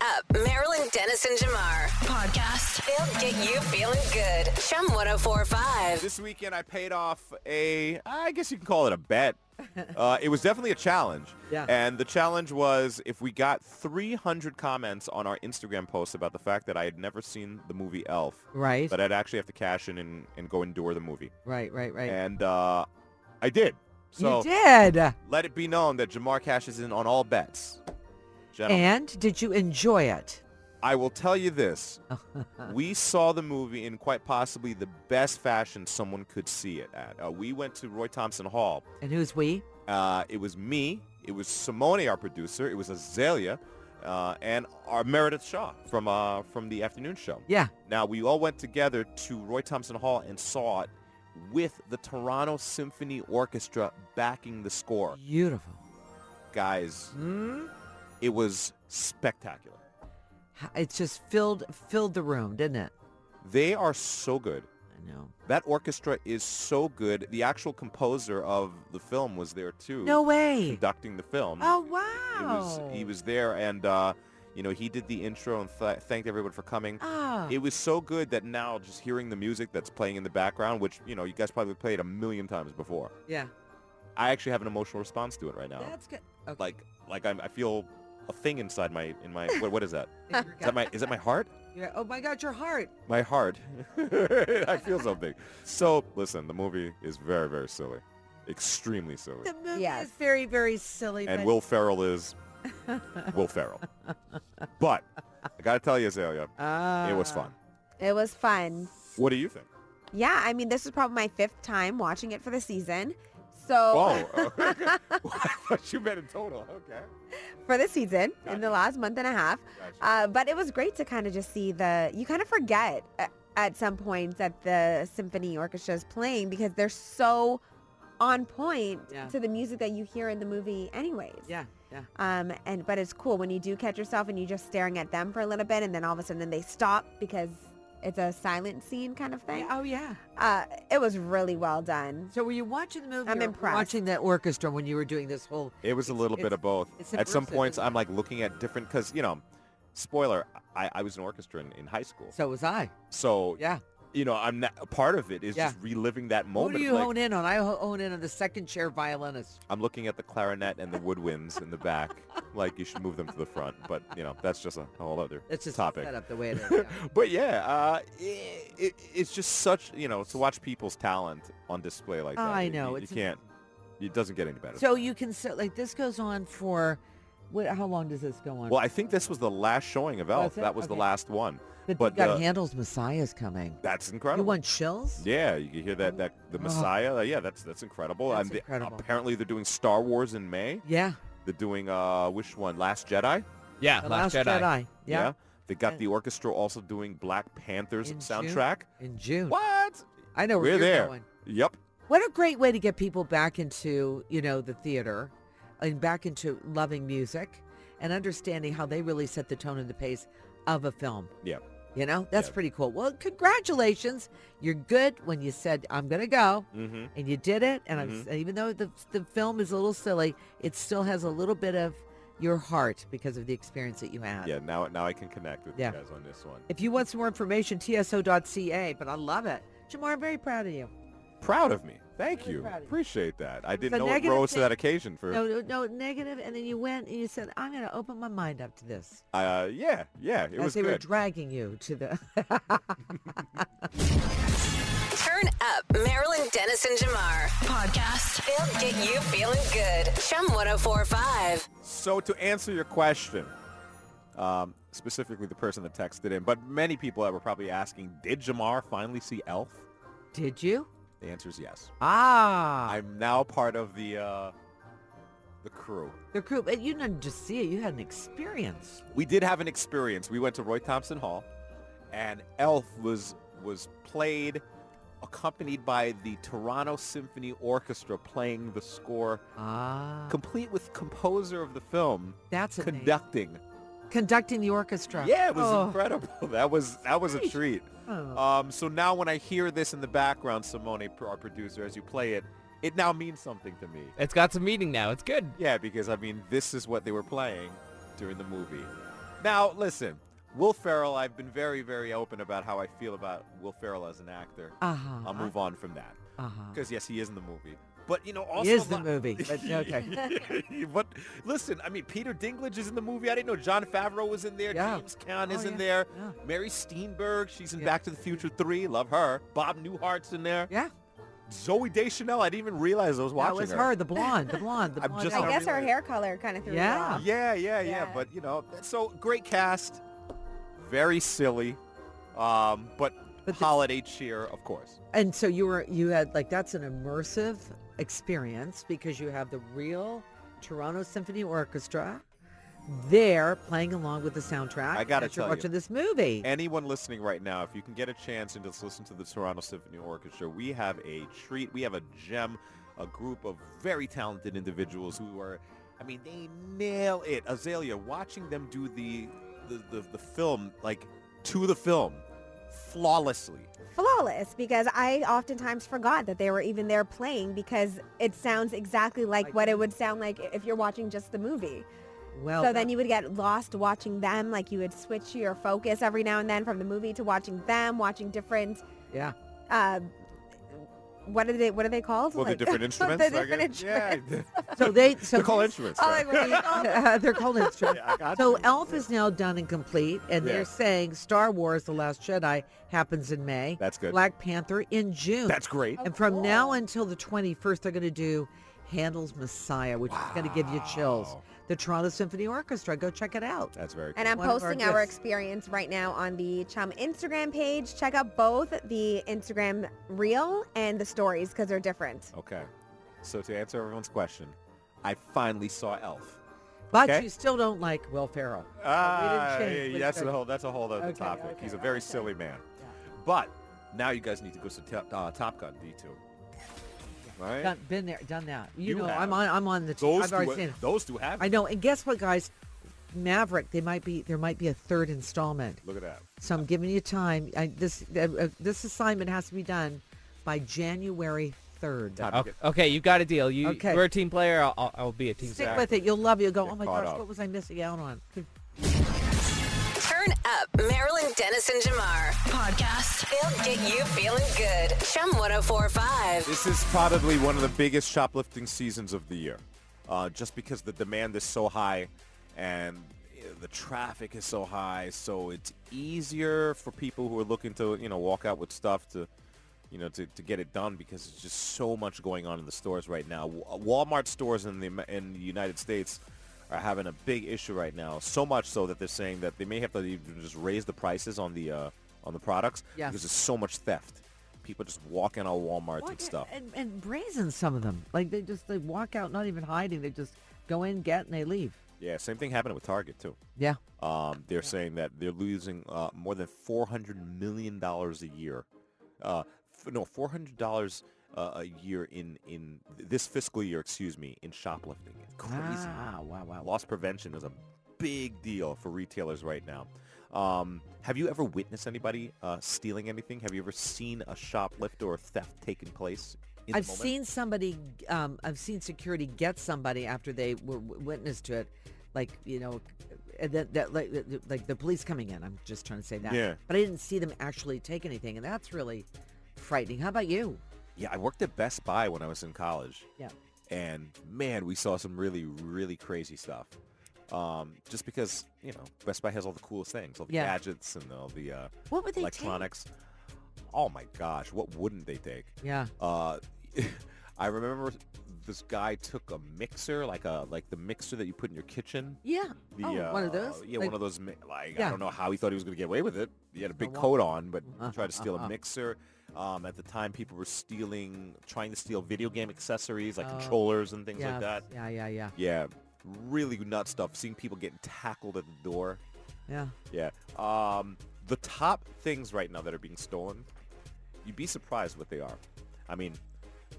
up. Marilyn Dennis and Jamar. Podcast. They'll get you feeling good. oh Chum 1045. This weekend, I paid off a, I guess you can call it a bet. Uh, it was definitely a challenge. Yeah. And the challenge was if we got 300 comments on our Instagram post about the fact that I had never seen the movie Elf, Right, that I'd actually have to cash in and, and go endure the movie. right, right, right. And uh, I did. So you did. let it be known that Jamar cashes in on all bets. Gentlemen, And did you enjoy it? I will tell you this. we saw the movie in quite possibly the best fashion someone could see it at. Uh, we went to Roy Thompson Hall. And who's we? Uh, it was me. It was Simone, our producer. It was Azalea. Uh, and our Meredith Shaw from uh, from the afternoon show. Yeah. Now we all went together to Roy Thompson Hall and saw it with the Toronto Symphony Orchestra backing the score. Beautiful. Guys, Hmm? it was spectacular. H- It just filled filled the room, didn't it? They are so good. I know. That orchestra is so good. The actual composer of the film was there too. No way. Conducting the film. Oh It was, wow. he was there and, uh, you know, he did the intro and th- thanked everyone for coming. Ah. It was so good that now just hearing the music that's playing in the background, which, you know, you guys probably played a million times before. yeah. I actually have an emotional response to it right now. That's good. Okay. like, like I'm, I feel a thing inside my, in my, what, what is that? Is Is that my, is that my heart? oh my God, your heart. My heart. I feel something. So, listen, the movie is very, very silly. Extremely silly. The movie Yes. is very, very silly. And but Will Ferrell is Will Ferrell. But I got to tell you, Azalea, Ah. it was fun. It was fun. What do you think? Yeah, I mean, this is probably my fifth time watching it for the season. So Oh, I thought you meant in total. Okay. for the season in Oh. Gotcha. the last month and a half. Gotcha. Uh, but it was great to kind of just see the, you kind of forget a- at some point that the symphony orchestra is playing because they're so on point Yeah. to the music that you hear in the movie anyways. Yeah, yeah. Um, and but it's cool when you do catch yourself and you're just staring at them for a little bit, and then all of a sudden they stop because it's a silent scene kind of thing. Oh yeah. Uh, it was really well done. So were you watching the movie? I'm or impressed. Watching that orchestra when you were doing this whole. It was a little bit it's- of both. it's At some immersive, points, isn't I'm it? like looking at different, because, you know, spoiler, I, I was in orchestra in, in high school. So, So was I. Yeah. you know, I'm not, a part of it is Yeah. just reliving that moment. Who do of you like, hone in on? I ho- hone in on the second chair violinist. I'm looking at the clarinet and the woodwinds in the back. Like you should move them to the front, but you know that's just a whole other That's just topic. set up the way it is. yeah. But yeah, uh, i it, it's just such you know to watch people's talent on display like that. I you- know, you, it's you can't. It doesn't get any better. So you can sit like this goes on for, what? How long does this go on? well, I think this was the last showing of Elf. Was it? That was the Okay. last one. but, but you got the- handles. Messiah's coming. That's incredible. You want chills? yeah, you can hear that that the Messiah. uh, yeah, that's that's incredible. That's and the- incredible. apparently they're doing Star Wars in May. Yeah. They're doing uh which one? Last Jedi. Yeah, The Last, Jedi. Yeah. They got And- the orchestra also doing Black Panther's In June? soundtrack. In June. What? I know where We're you're there. going. Yep. What a great way to get people back into, you know, the theater and back into loving music and understanding how they really set the tone and the pace of a film. Yep. You know, that's Yeah. pretty cool. Well, congratulations. You're good when you said, I'm going to go. Mm-hmm. And you did it. And I'm, s- even though the, the film is a little silly, it still has a little bit of your heart because of the experience that you had. Yeah. Now, now I can connect with Yeah. you guys on this one. If you want some more information, tso.ca, but I love it. Jamar, I'm very proud of you. Proud of me. Thank Really you. proud of you. Appreciate that. I a didn't know it negative rose to thing. that occasion for. No, no, no, negative, and then you went and you said, "I'm going to open my mind up to this." Uh, yeah. Yeah. It As was they were good. dragging you to the. Turn up Marilyn Dennis and Jamar. Podcast. They'll get you feeling good. oh Chum 1045. so to answer your question, um, specifically the person that texted in, but many people that were probably asking, did Jamar finally see Elf? Did you? The answer is yes. Ah, I'm now part of the uh, the crew. the crew. But you didn't just see it; you had an experience. we did have an experience. We went to Roy Thompson Hall, and Elf was was played, accompanied by the Toronto Symphony Orchestra playing the score, Ah, complete with composer of the film that's amazing. conducting. conducting the orchestra. Yeah, it was Oh. incredible. That was that was a Great. treat. Oh. Um, so now when I hear this in the background, Simone, pr- our producer, as you play it, it now means something to me. It's got some meaning now. It's good. Yeah, because I mean, this is what they were playing during the movie. Now, listen, Will Ferrell, I've been very, very open about how I feel about Will Ferrell as an actor. Uh-huh. I'll move on from that. Uh-huh. Because, yes, he is in the movie. But, you know, also... He is the li- movie. But okay. but listen, I mean, Peter Dinklage is in the movie. I didn't know John Favreau was in there. Yeah. James Caan is Oh, in yeah, there. yeah. Mary Steenburgen, she's in Yeah. Back to the Future 3. Love her. Bob Newhart's in there. yeah. Zoe Deschanel, I didn't even realize I was watching That was her. her, the blonde, the blonde, the I'm blonde. just I not actress. guess her really. hair color kind of threw Yeah. me off. Yeah, yeah, yeah, Yeah. But you know, so great cast, very silly, um, but, But the- holiday cheer, of course. And so you were you had like that's an immersive experience because you have the real Toronto Symphony Orchestra there playing along with the soundtrack. I gotta as you're tell you. watching this movie. Anyone listening right now, if you can get a chance and just listen to the Toronto Symphony Orchestra, we have a treat. We have a gem, a group of very talented individuals who are, I mean, they nail it. Azalea, watching them do the the, the, the film like to the film flawlessly. flawless because I oftentimes forgot that they were even there playing because it sounds exactly like what it would sound like if you're watching just the movie. well, so then you would get lost watching them, like you would switch your focus every now and then from the movie to watching them, watching different. yeah. Uh, what are they? What are they called? Well, like, the different instruments. the I different guess. instruments. Yeah, So they so they're called instruments. Oh, right? like, what do you call them? they're called instruments. I got So you. Elf is now done and complete, and Yeah. they're saying Star Wars: The Last Jedi happens in May. That's good. Black Panther in June. That's great. And from now until the 21st, they're going to do Handel's Messiah, which is going to give you chills. Wow. The Toronto Symphony Orchestra. Go check it out. That's very cool. And I'm One of our posting our gifts. experience right now on the Chum Instagram page. Check out both the Instagram reel and the stories because they're different. Okay. So to answer everyone's question, I finally saw Elf. But Okay. you still don't like Will Ferrell. Ah, change, yeah, but that's good. a whole that's a whole other Okay, topic. okay, He's a very silly man. But now you guys need to go to Top- uh, Top Gun D2. Right? Done, been there, done that. You, You know, have. I'm on. I'm on the. Those I've two, uh, already are- seen it. those two have. I it. know. And guess what, guys? Maverick. They might be. There might be a third installment. Look at that. So I'm giving you time. I, this uh, uh, this assignment has to be done by January 3rd. Top Okay, okay, you got a deal. You, Okay. You're a team player. I'll, I'll, I'll be a team Stick player. with it. You'll love it. You'll go, Get oh my caught gosh, up. what was I missing out on? Turn up Marilyn Dennis and Jamar. Podcast. They'll get you feeling good. oh Chum 1045. This is probably one of the biggest shoplifting seasons of the year, uh, just because the demand is so high and uh, the traffic is so high. So it's easier for people who are looking to, you know, walk out with stuff to, you know, to, to get it done because there's just so much going on in the stores right now. Wa- Walmart stores in the Am- in the United States are having a big issue right now. So much so that they're saying that they may have to even just raise the prices on the uh, on the products Yes. because there's so much theft. People just walking on Walmart Walk and in- stuff. And, and brazen some of them. Like they just they walk out, not even hiding. They just go in, get, and they leave. Yeah, same thing happened with Target too. Yeah. Um, they're saying that they're losing uh, more than four hundred million dollars a year. Uh, f- no, four hundred dollars uh, a year in in th- this fiscal year, excuse me, in shoplifting. It's crazy. Wow, Ah, wow, wow. Loss prevention is a big deal for retailers right now. Um, have you ever witnessed anybody uh, stealing anything? Have you ever seen a shoplift or a theft taking place? In the I've moment? seen somebody. Um, I've seen security get somebody after they were w- witness to it, like you know, and that, that like, the- like the police coming in. I'm just trying to say that. Yeah. But I didn't see them actually take anything, and that's really frightening. How about you? Yeah, I worked at Best Buy when I was in college. Yeah. and man, we saw some really, really crazy stuff. Um, just because you know, Best Buy has all the coolest things, all the Yeah. gadgets and all the uh, What would they take? electronics. Oh my gosh, what wouldn't they take? Yeah. Uh, I remember this guy took a mixer, like a like the mixer that you put in your kitchen. Yeah. The, Oh, one uh, of those. Yeah, Like- one of those. mi- Like Yeah. I don't know how he thought he was going to get away with it. He had a big wa- coat on, but Uh, tried to steal uh, uh. a mixer. Um, at the time, people were stealing, trying to steal video game accessories like Oh. controllers and things yeah, like that. Yeah, yeah, yeah, Yeah, really nut stuff. Seeing people getting tackled at the door. yeah. Yeah. Um, the top things right now that are being stolen, you'd be surprised what they are. I mean,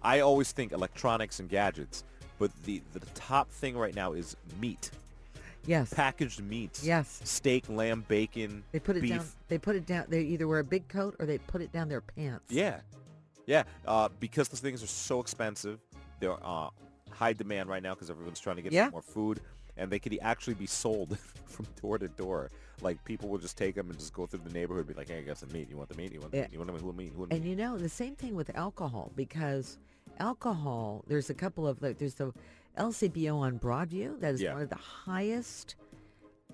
I always think electronics and gadgets, but the, the top thing right now is meat, Yes. packaged meats. Yes. Steak, lamb, bacon, They put it beef. down. They put it down. They either wear a big coat or they put it down their pants. Yeah, yeah. Uh, because those things are so expensive, they're uh, high demand right now because everyone's trying to get Yeah. more food. and they could e, actually be sold from door to door. Like people will just take them and just go through the neighborhood and be like, hey, I got some meat. You want the meat? You want the Yeah. meat? You want the meat? Who meat? Who meat? And you know, the same thing with alcohol because alcohol, there's a couple of, like, there's the LCBO on Broadview that is Yeah. one of the highest,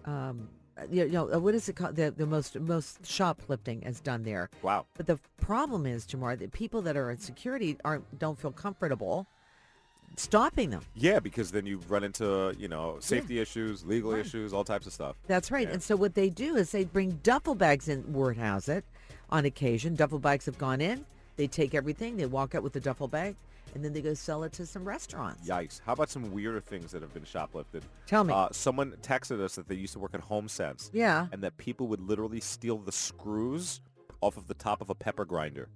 um, uh, you know, uh, what is it called? The, the most, most shoplifting is done there. wow. But the problem is, Jamar, that people that are in security aren't, don't feel comfortable stopping them. Yeah, because then you run into, you know, safety issues, legal issues, all types of stuff. That's right. And so what they do is they bring duffel bags in Word House it on occasion. Duffel bags have gone in. They take everything. They walk out with the duffel bag and then they go sell it to some restaurants. Yikes. How about some weirder things that have been shoplifted? Tell me. Uh, someone texted us that they used to work at HomeSense. Yeah. And that people would literally steal the screws off of the top of a pepper grinder.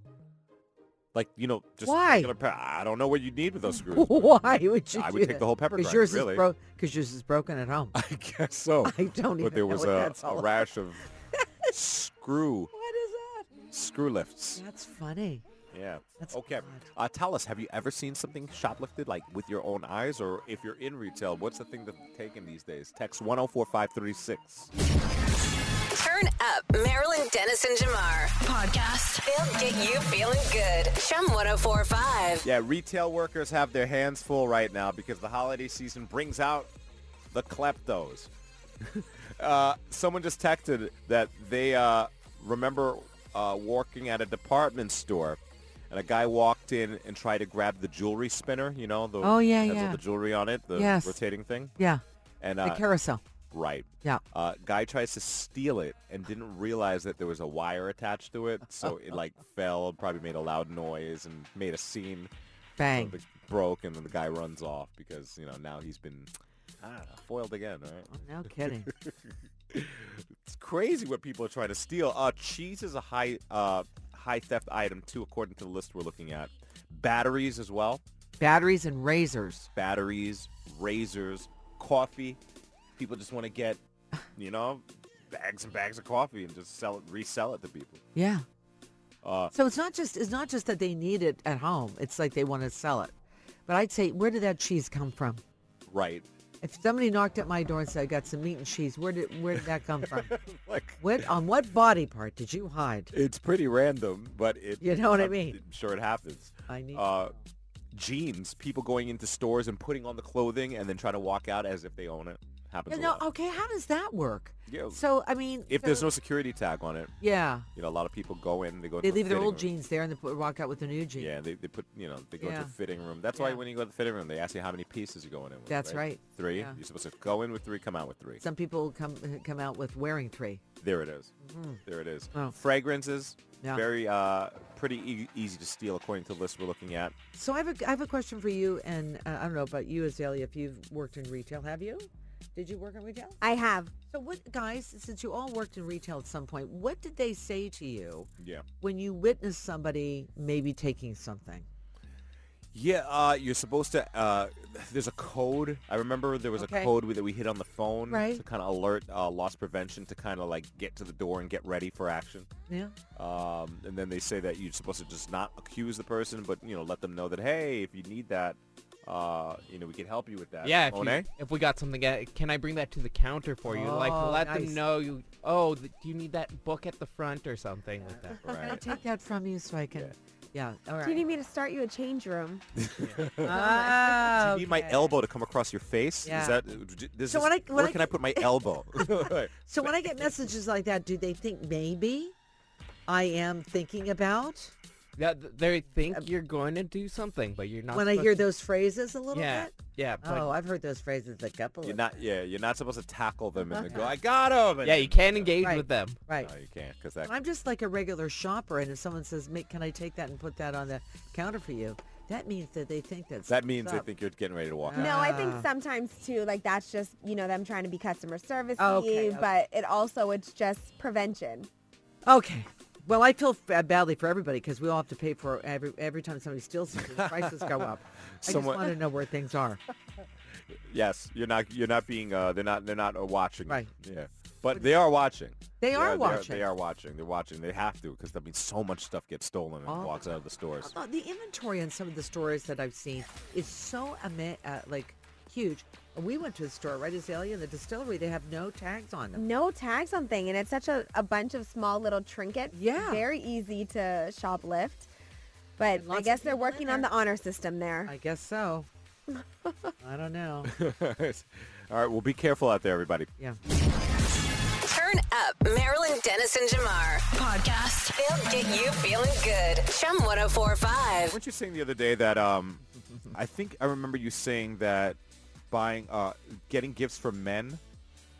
Like, you know, just Why? regular pe- I don't know what you need with those screws. but Why would you I do would take that? the whole pepper 'Cause grinder, yours is really. bro- Because yours is broken at home. I guess so. I don't even But there know was what a, that's a all rash of screw What is that? screw lifts. That's funny. Yeah. That's okay. odd. Uh, tell us, have you ever seen something shoplifted, like with your own eyes, or if you're in retail, what's the thing that's taken these days? Text 104536. Turn up Marilyn Dennis and Jamar. Podcast. They'll get you feeling good. oh Shum 1045. Yeah, retail workers have their hands full right now because the holiday season brings out the kleptos. uh, someone just texted that they uh, remember uh, working at a department store, and a guy walked in and tried to grab the jewelry spinner. You know, the Oh, yeah, has all yeah. the jewelry on it, the Yes. rotating thing. Yeah. And The uh, carousel. right, Yeah. uh, guy tries to steal it and didn't realize that there was a wire attached to it, so it like fell, probably made a loud noise and made a scene. Bang. It broke, and then the guy runs off because you know now he's been I don't know, foiled again. Right? No kidding. It's crazy what people are trying to steal. Uh, cheese is a high uh, high theft item too, according to the list we're looking at. Batteries as well. Batteries and razors. Batteries, razors, coffee. People just want to get, you know, bags and bags of coffee and just sell it, resell it to people. Yeah. Uh, so it's not just it's not just that they need it at home. It's like they want to sell it. But I'd say, where did that cheese come from? Right. If somebody knocked at my door and said, "I got some meat and cheese," where did where did that come from? Like what on what body part did you hide? it's pretty random, but it. You know what I I'm mean? sure it happens. I need. uh, jeans. People going into stores and putting on the clothing and then trying to walk out as if they own it. Happens You a know, lot. okay, how does that work? Yeah. So I mean, If so- there's no security tag on it, yeah, you know, a lot of people go in. They go. they into a leave their fitting old room. jeans there and they put, walk out with the new jeans. Yeah, they, they put you know they go into a Yeah. fitting room. That's why Yeah. when you go to the fitting room, they ask you how many pieces you're going in with. That's right. Three. Yeah. You're supposed to go in with three, come out with three. Some people come come out with wearing three. There it is. There it is. Oh. Fragrances, Yeah. very uh, pretty e- easy to steal according to the list we're looking at. So I have a I have a question for you, and uh, I don't know about you, Azalea. If you've worked in retail, have you? Did you work in retail? I have. So what, guys? Since you all worked in retail at some point, what did they say to you Yeah. when you witnessed somebody maybe taking something? Yeah, uh, you're supposed to. Uh, there's a code. I remember there was a Okay. code we- that we hit on the phone Right. to kind of alert uh, loss prevention to kind of like get to the door and get ready for action. Yeah. Um, and then they say that you're supposed to just not accuse the person, but you know let them know that hey, if you need that, uh, you know we can help you with that. Yeah, if, Monet? you, if we got something, uh, can I bring that to the counter for you? like, Oh, let nice. them know you. Oh, th- do you need that book at the front or something like that? Can I Right. take that from you so I can? Yeah. all right. Oh. Do you need me to start you a change room? Ah, Do you need my okay. elbow to come across your face? Yeah. Is that uh, this So is, when I- when where I- can I put my elbow? Right. So when I get messages like that, do they think maybe I am thinking about Yeah, th- they think you're going to do something, but you're not. Um, when I supposed hear to- those phrases a little yeah, bit? yeah, but oh, I've heard those phrases a couple. You're of not. Yeah, you're not supposed to tackle them and then go, I got him. and yeah, then- you can't engage Right. with them. Right. No, you can't because that I'm just like a regular shopper, and if someone says, "Ma- "Can I take that and put that on the counter for you?" That means that they think that's That means up. I think you're getting ready to walk out. No, I think Ah. sometimes too, like that's just, you know, them trying to be customer service Okay, okay. but it also it's just prevention. Okay. Well, I feel f- badly for everybody because we all have to pay for every every time somebody steals something, the prices go up. Someone- I just want to know where things are. Yes, you're not. You're not being. Uh, they're not. They're not uh, watching. Right. Yeah. But they are watching. They are They watching. are watching. They're watching. They have to because I mean, so much stuff gets stolen and All the walks out of the stores. Although the inventory on some of the stores that I've seen is so ama- uh, like huge. And we went to the store, right, Azalea, and the distillery, they have no tags on them. No tags on thing, and it's such a, a bunch of small little trinkets. Yeah. Very easy to shoplift. But And lots I of guess they're people in working on there. the honor system there. I guess so. I don't know. All right, well, be careful out there, everybody. Yeah. Turn up Marilyn Dennis and Jamar. Podcast. They'll get you feeling good. Chum 1045. Weren't you saying the other day that um, I think I remember you saying that buying, uh, getting gifts for men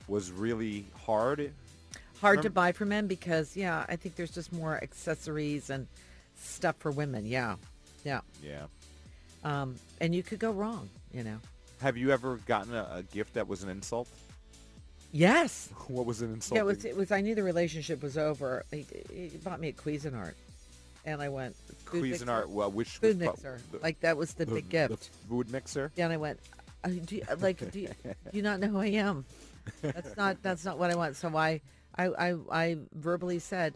was really hard. Hard to Remember- buy for men because, yeah, I think there's just more accessories and stuff for women. Yeah. Yeah. Yeah. Um, and you could go wrong, you know. Have you ever gotten a, a gift that was an insult? Yes. What was an insult? Yeah, it was, it was, I knew the relationship was over. He, he bought me a Cuisinart. And I went, food mixer? Cuisinart. Well, which Food was pro- mixer. the- like, that was the, the- big gift. The food mixer. Yeah, and I went, uh, do you, uh, like, do you, do you not know who I am? That's not that's not what I want. So I I I, I verbally said,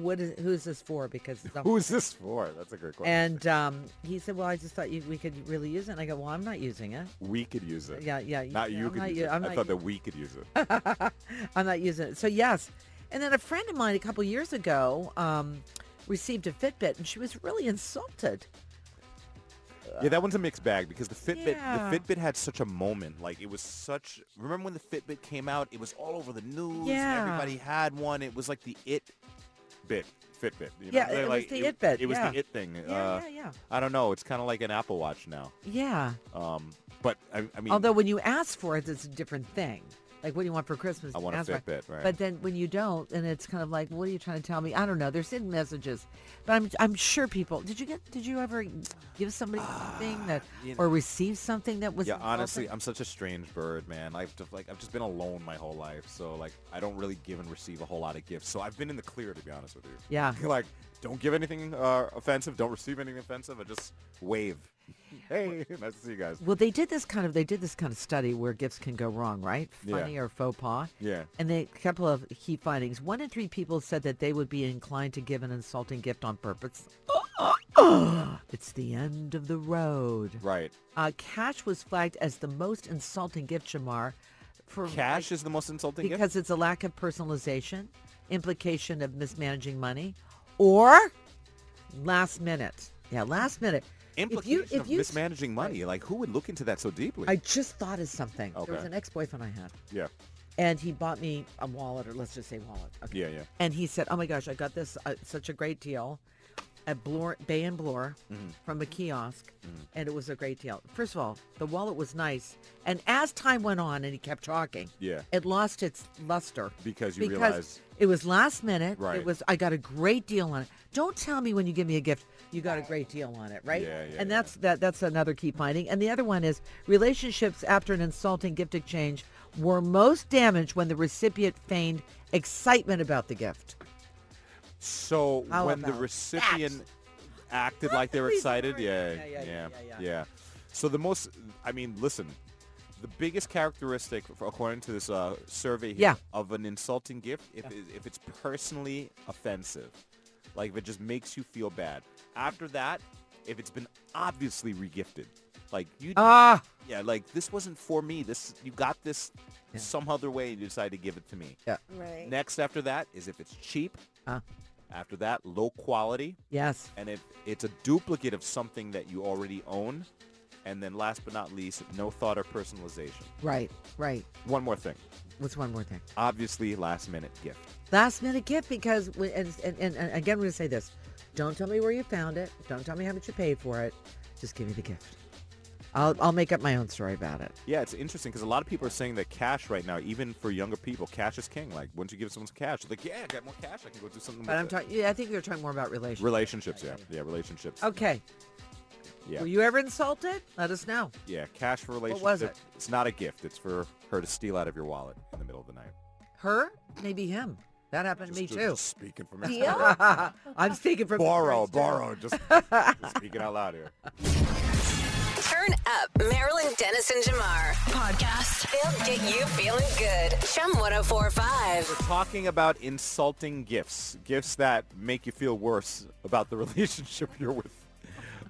what is who's this for? Because it's not- Who is this for? That's a great question. and um, he said, well, I just thought you, we could really use it. And I go, well, I'm not using it. we could use it. Yeah, yeah. Not yeah, you I'm could not use u- it. I'm I not thought that we could use it. I'm not using it. So yes. And then a friend of mine a couple years ago um, received a Fitbit, and she was really insulted. Yeah, that one's a mixed bag because the Fitbit, Yeah. the Fitbit had such a moment. Like it was such. Remember when the Fitbit came out? It was all over the news. Yeah. Everybody had one. It was like the it bit Fitbit. You Yeah, remember? it was like, the it bit, It was yeah. the it thing. Yeah, uh, yeah, yeah, I don't know. It's kind of like an Apple Watch now. yeah. Um, but I, I mean, Although when you ask for it, it's a different thing. Like what do you want for Christmas? I want a Ask for it. Fitbit, right. But then when you don't, and it's kind of like, what are you trying to tell me? I don't know. They're sending messages, but I'm I'm sure people. Did you get? Did you ever give somebody something that, Ah, you know- or receive something that was? yeah, honestly, insulting? I'm such a strange bird, man. I've just, like I've just been alone my whole life, so like I don't really give and receive a whole lot of gifts. So I've been in the clear, to be honest with you. Yeah. like don't give anything uh, offensive, don't receive anything offensive, and just wave. hey, nice to see you guys. Well, they did this kind of they did this kind of study where gifts can go wrong, right? Yeah. Funny or faux pas. Yeah. And they, a couple of key findings. One in three people said that they would be inclined to give an insulting gift on purpose. it's the end of the road. Right. Uh, cash was flagged as the most insulting gift, Shamar. For Cash is the most insulting gift. because it's a lack of personalization, implication of mismanaging money, or last minute. Yeah, last minute. If you- Implication if of you- mismanaging money. Like who would look into that so deeply? I just thought of something. There was Okay. an ex-boyfriend I had, yeah. and he bought me a wallet, or let's just say wallet. Okay. Yeah. Yeah. And he said, "Oh my gosh, I got this uh, such a great deal at Bloor, Bay and Bloor Mm-hmm. from a kiosk, and it was a great deal." First of all, the wallet was nice, and as time went on, and he kept talking, Yeah. it lost its luster Because you because realize. it was last minute. It Right. was I got a great deal on it. Don't tell me when you give me a gift you got a great deal on it, right? Yeah, yeah, and that's that that's another key finding. And the other one is relationships after an insulting gift exchange were most damaged when the recipient feigned excitement about the gift. So How when the about recipient acted like they were Please, excited, sorry. yeah Yeah, yeah yeah, yeah, yeah, yeah, yeah, yeah. So the most, I mean, listen, the biggest characteristic, for, according to this uh, survey here, Yeah. of an insulting gift, if, it- if it's personally offensive, like if it just makes you feel bad. After that, if it's been obviously regifted, like you, Ah, yeah, like this wasn't for me. This you got this some other way, and you decided to give it to me. Right. Next after that is if it's cheap. Ah. After that, low quality. yes. And if it's a duplicate of something that you already own. And then last but not least, no thought or personalization. Right, right. One more thing. What's one more thing? Obviously, last minute gift. Last minute gift because we- and, and, and, and again we're gonna say this. Don't tell me where you found it. Don't tell me how much you paid for it. Just give me the gift. I'll I'll make up my own story about it. Yeah, it's interesting because a lot of people are saying that cash right now, even for younger people, cash is king. Like, once you give someone some cash, they're like, yeah, I got more cash. I can go do something But with I'm it." talking. Yeah, I think we were talking more about relationships. Relationships, yeah. Yeah, relationships. Okay. Yeah. Were Oh, you ever insulted? Let us know. yeah, cash for relationships. was It's not a gift. It's for her to steal out of your wallet in the middle of the night. Her, maybe him. That happened to me Just- too. just speaking from experience. Deal? I'm speaking from borrow, experience, too. borrow. Just, just speaking out loud here. Turn up Marilyn Dennis and Jamar. Podcast. They'll get you feeling good. Chum 1045. We're talking about insulting gifts, gifts that make you feel worse about the relationship you're with.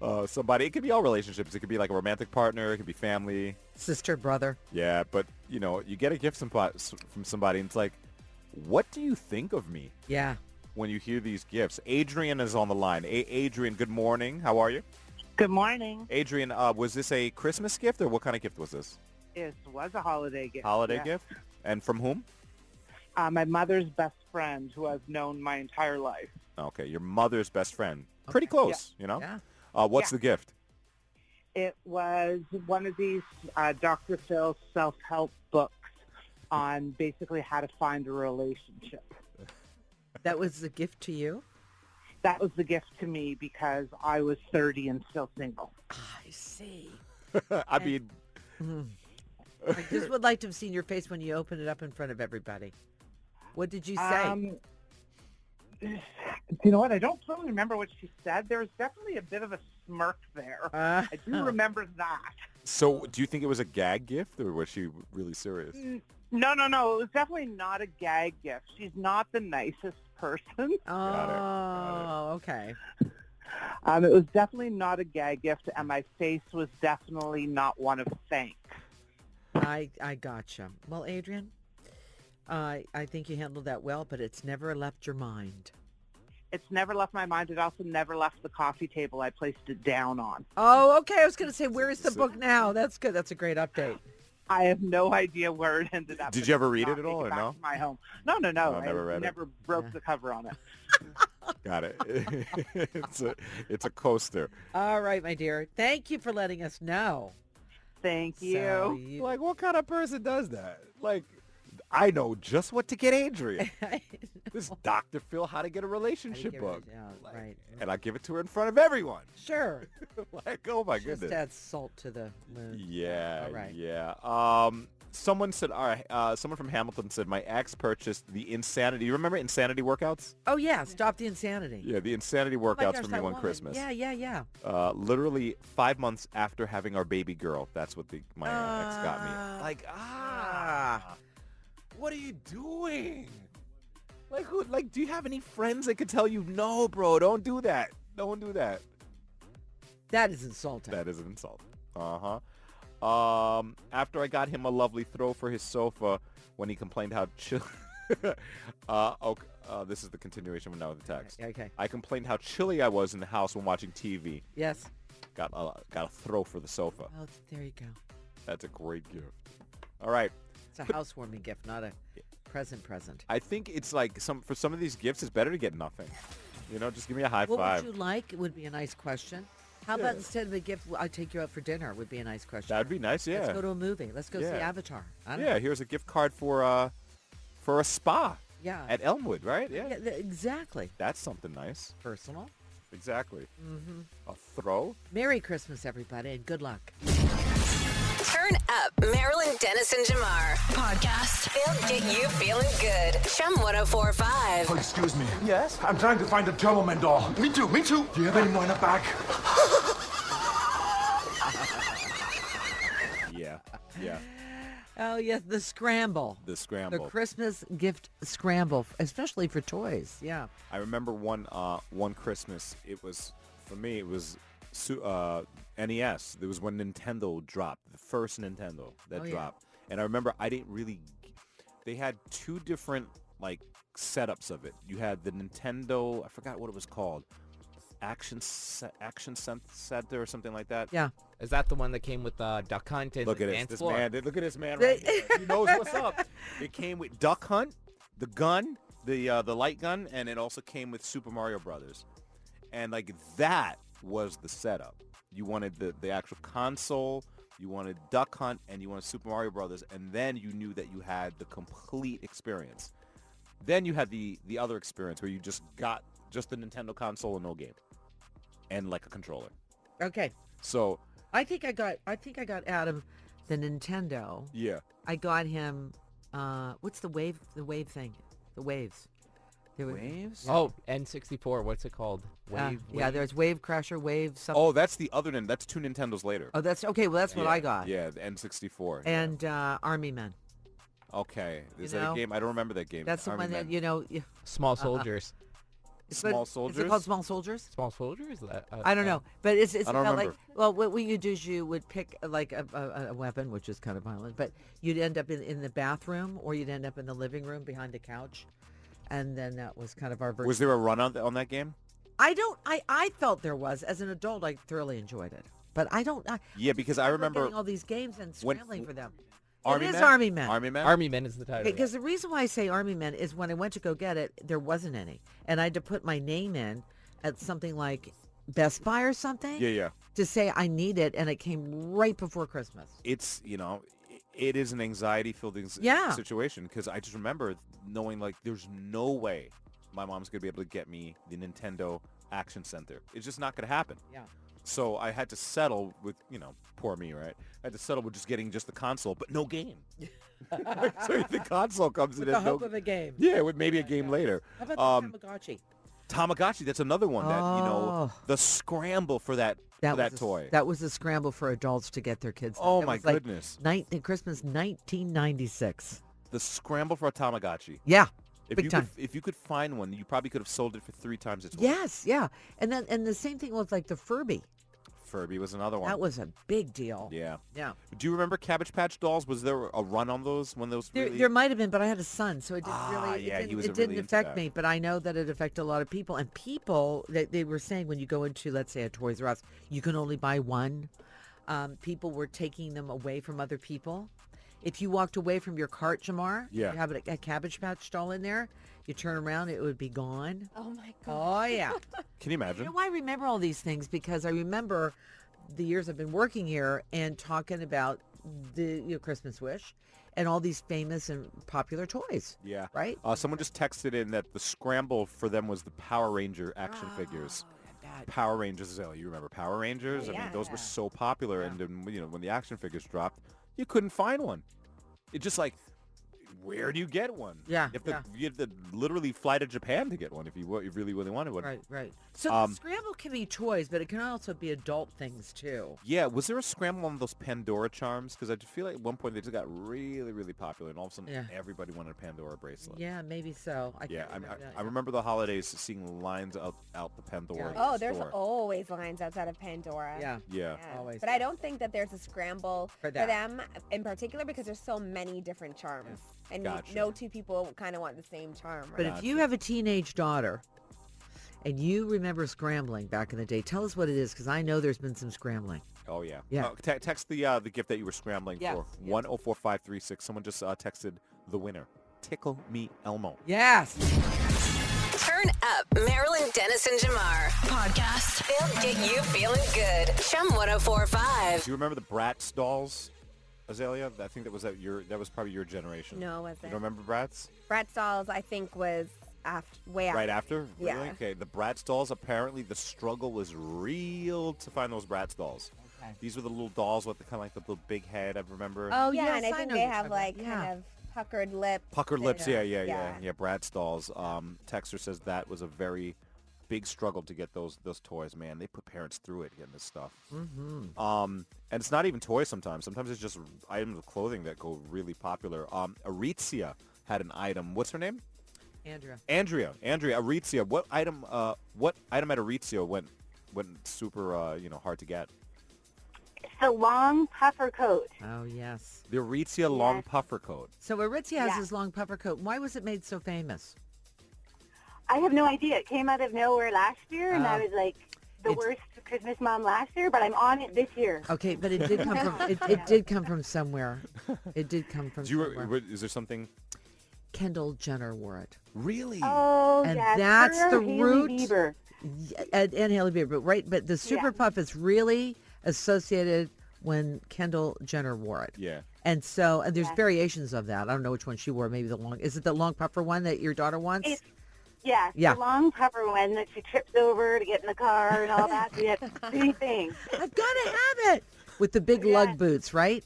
uh, somebody. It could be all relationships. It could be like a romantic partner. It could be family. Sister, brother. Yeah, but you know, you get a gift some, from somebody, and it's like, what do you think of me Yeah. when you hear these gifts? Adrian is on the line. A- Adrian, good morning. How are you? Good morning. Adrian, uh, was this a Christmas gift or what kind of gift was this? This was a holiday gift. Holiday yeah. gift? And from whom? Uh, my mother's best friend, who I've known my entire life. Okay, your mother's best friend. Pretty close, you know? Yeah. Uh, what's the gift? It was one of these uh, Dr. Phil self-help books on basically how to find a relationship. That was a gift to you. That was the gift to me because I was 30 and still single. Ah, I see. I mean, I just would like to have seen your face when you opened it up in front of everybody. What did you say? Um, do Um, you know what? I don't totally remember what she said. There was definitely a bit of a smirk there. Uh, I do remember that. so do you think it was a gag gift or was she really serious? N- No, no, no. It was definitely not a gag gift. She's not the nicest person. oh, it, okay. Um, it was definitely not a gag gift, and my face was definitely not one of thanks. I I gotcha. Well, Adrian, I I think you handled that well, but it's never left your mind. It's never left my mind. It also never left the coffee table I placed it down on. Oh, okay. I was going to say, where is the So- book now? That's good. That's a great update. I have no idea where it ended up. Did but you ever did read it not at make all, or back no? to My home. No, no, no. No, I never read it. never broke Yeah. the cover on it. Got it. it's, a, it's a coaster. All right, my dear. Thank you for letting us know. Thank you. So you- Like, what kind of person does that? Like, I know just what to get Adrian. This Dr. Phil How to Get a Relationship get a book. Rela- yeah, Like, eh. right. And I give it to her in front of everyone. sure. like, oh my Just goodness. add salt to the wound. Yeah, All right. yeah. Um, someone said, all right, uh, someone from Hamilton said, my ex purchased the Insanity. You remember Insanity workouts? Oh, yeah. Stop the insanity. Yeah, the Insanity workouts Oh my gosh, for me that one woman. Christmas. Yeah, yeah, yeah. Uh, literally five months after having our baby girl. That's what the, my uh, ex got Ah. me. Like, ah, what are you doing? Like, who, like, do you have any friends that could tell you, no, bro, don't do that. Don't do that. That is insulting. That is an insult. Uh huh. Um, after I got him a lovely throw for his sofa when he complained how chill. uh, okay, uh, this is the continuation from now with the text. Okay. I complained how chilly I was in the house when watching TV. Yes. Got a got a throw for the sofa. Oh, there you go. That's a great gift. All right. It's a housewarming gift, not a present present. I think it's like some for some of these gifts, it's better to get nothing. You know, just give me a high What five. would you like? Would be a nice question. How about instead of a gift, I'll take you out for dinner? Would be a nice question. That'd be nice. Yeah. Let's go to a movie. Let's go see Yeah. Avatar. I don't yeah. Here's a gift card for uh for a spa Yeah. at Elmwood, right? know. yeah. Uh, Yeah, th- exactly. That's something nice. Personal. Exactly. Mm-hmm. A throw? Merry Christmas, everybody, and good luck. Turn up Marilyn Dennis and Jamar. Podcast. They'll get you feeling good. Chum 1045. Oh, excuse me. Yes? I'm trying to find a German doll. Me too, me too. Do you have anyone in the back? Yeah. Yeah. Oh yes, the scramble. The The scramble. Christmas gift scramble, f- especially for toys. Yeah. I remember one uh one Christmas it was for me it was su- uh NES. There was when Nintendo dropped, the first Nintendo that Oh, yeah. dropped. And I remember I didn't really g- they had two different like setups of it. You had the Nintendo, I forgot what it was called. Action se- action Cen- center or something like that. Yeah. Is that the one that came with uh, duck hunt and Look at this, dance this floor? man. Look at this man. Right here. He knows what's up. It came with Duck Hunt, the gun, the uh, the light gun, and it also came with Super Mario Brothers. And like that was the setup. You wanted the the actual console. You wanted Duck Hunt, and you wanted Super Mario Brothers, and then you knew that you had the complete experience. Then you had the the other experience where you just got just the Nintendo console and no game, and like a controller. Okay. So I think I got. I think I got Adam the Nintendo. yeah, I got him. Uh, what's the wave? The wave thing. The waves. There were- Oh, N64. What's it called? uh, Wave, Yeah. wave? There's wave crasher, wave something. Oh, that's the other Nintendo. That's two Nintendos later. Oh, that's okay. Well, that's what I Yeah, got. Yeah, the N64. yeah. And uh, Army Men. okay, is you that know, a game? I don't remember that game. That's the Army one that Men. you know. y- Small soldiers. But Small Is it Soldiers? called Small Soldiers? Small soldier is that? uh, I don't know, but it's it's I don't about like remember. well, what, what you do is you would pick uh, like a, a, a weapon, which is kind of violent, but you'd end up in, in the bathroom or you'd end up in the living room behind a couch, and then that was kind of our version. Was there a run on, on that game? I don't, I I felt there was as an adult, I thoroughly enjoyed it, but I don't. I, Yeah, because I remember remember getting all these games and when- scrambling for them. Army it is Men. Army Men. Army Men. Army Men is the title. yeah. Because the reason why I say Army Men is when I went to go get it, there wasn't any, and I had to put my name in at something like Best Buy or something Yeah, yeah. to say I need it, and it came right before Christmas. It's you know, i- it is an anxiety-filled ex- Yeah. situation because I just remember knowing like there's no way my mom's gonna be able to get me the Nintendo Action Center. It's just not gonna happen. Yeah. So I had to settle with you know, poor me, right? I had to settle with just getting just the console, but no game. so the console comes in, the and no, hope of a game. yeah, Um, with maybe a game later. How about the Tamagotchi? Tamagotchi, that's another one that you know Oh. the scramble for that for that was a, toy. That was a scramble for adults to get their kids. Oh That my was like goodness. Night Christmas 1996. the scramble for a Tamagotchi. Yeah. If big you time. Could, if you could find one, you probably could have sold it for three times its worth. Yes, yeah. And then and the same thing was like the Furby. Furby was another one. That was a big deal. yeah. Yeah. Do you remember Cabbage Patch Dolls? Was there a run on those when those There, really? there might have been, but I had a son, so it didn't Ah, really. yeah, it he didn't, wasn't it didn't really into affect that. me, but I know that it affected a lot of people. And people, they, they were saying when you go into, let's say, a Toys R Us, you can only buy one. Um, people were taking them away from other people. If you walked away from your cart, Jamar, Yeah. you have a, a Cabbage Patch doll in there. You turn around, it would be gone. Oh my Oh yeah. Can you imagine? You know why I remember all these things? Because I remember the years I've been working here and talking about the you know, Christmas wish and all these famous and popular toys. yeah. Right? Uh, someone just texted in that the scramble for them was the Power Ranger action Ah, figures. Power Rangers, Zell, you remember Power Rangers? I mean, those were so popular, and then you know when the action figures dropped, you couldn't find one. It's just like, where do you get one? Yeah, you have to, yeah. you have to literally fly to Japan to get one if you, wa- you really really wanted one. Right, right. So Um, the scramble can be toys, but it can also be adult things too. Yeah, was there a scramble on those Pandora charms? Because I just feel like at one point they just got really, really popular, and all of a sudden Yeah. everybody wanted a Pandora bracelet. Yeah, maybe so. I Yeah, can't I, I, that. I remember the holidays seeing lines out, out the Pandora. Oh, there's store. always lines outside of Pandora. Yeah. Yeah. Yeah. Always But I is. don't think that there's a scramble For for, that. them in particular because there's so many different charms. And Gotcha. no two people kind of want the same charm. But Right? if you have a teenage daughter and you remember scrambling back in the day, tell us what it is because I know there's been some scrambling. Oh yeah. Yeah. Uh, te- text the uh, the gift that you were scrambling Yes, for. yes. One zero four five three six. Someone just uh, texted the winner. Tickle me Elmo. Yes. Turn up Marilyn Dennis and Jamar. Podcast. They'll get you feeling good. Chum 1045. Do you remember the Bratz dolls, Azalea? I think that was that your that was probably your generation. No, it You wasn't. don't remember Bratz? Bratz Dolls, I think, was uh, after, way after. Right after? Yeah. Really? Okay. The Bratz dolls, apparently the struggle was real to find those Bratz dolls. Okay. These were the little dolls with the kind of like the little big head, I remember. Oh yeah, yes, and I think know they you're have talking about- like yeah. kind of puckered lips. Pucker and, lips, uh, yeah, yeah, yeah, yeah. Bratz dolls. Um, Texter says that was a very big struggle to get those those toys. Man, they put parents through it getting this stuff. Mm-hmm. Um, and it's not even toys sometimes. Sometimes it's just items of clothing that go really popular. Um, Aritzia had an item. What's her name? Andrea. Andrea. Andrea Aritzia. What item? Uh, what item at Aritzia went went super? Uh, you know, hard to get. The long puffer coat. Oh yes. The Aritzia long puffer coat. So Aritzia has Yeah. his long puffer coat. Why was it made so famous? I have no idea. It came out of nowhere last year, and I was like the it's- worst Christmas mom last year, but I'm on it this year. Okay, but it did come from it, it did come from somewhere. It did come from Do you? somewhere. re- Is there something? Kendall Jenner wore it. Really? Oh, And yes, that's her, the Hailey root? Bieber. Y- And, and Haley Bieber, but right? But the super puff is really associated when Kendall Jenner wore it. Yeah. And so and there's variations of that. I don't know which one she wore. Maybe the long. Is it the long puffer one that your daughter wants? It's- Yeah, it's Yeah. the long puffer one that she trips over to get in the car and all that. Yeah, same thing. I've got to have it with the big lug boots, right?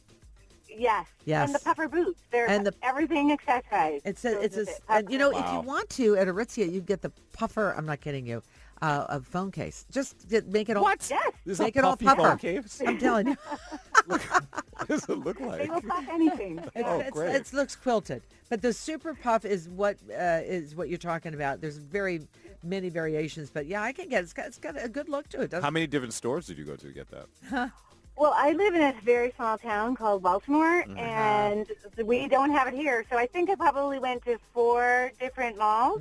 Yes. Yes. And the puffer boots. They're And the- everything accessorized. It says Those it's are a, the and, you know Wow. if you want to at Aritzia you'd get the puffer. I'm not kidding you, uh, a phone case. Just to make it all. What? Yes. This is Make a it all puffy phone puffer. caves? I'm telling you. it look? What does it look They like? look like anything. It's, Oh, it's- great. it's- looks quilted, but the super puff is what uh, is what you're talking about. There's very many variations, but yeah, I can get it's got, it's got a good look to it. Doesn't How many different stores did you go to to get that? Well, I live in a very small town called Baltimore, Mm-hmm. and we don't have it here. So I think I probably went to four different malls.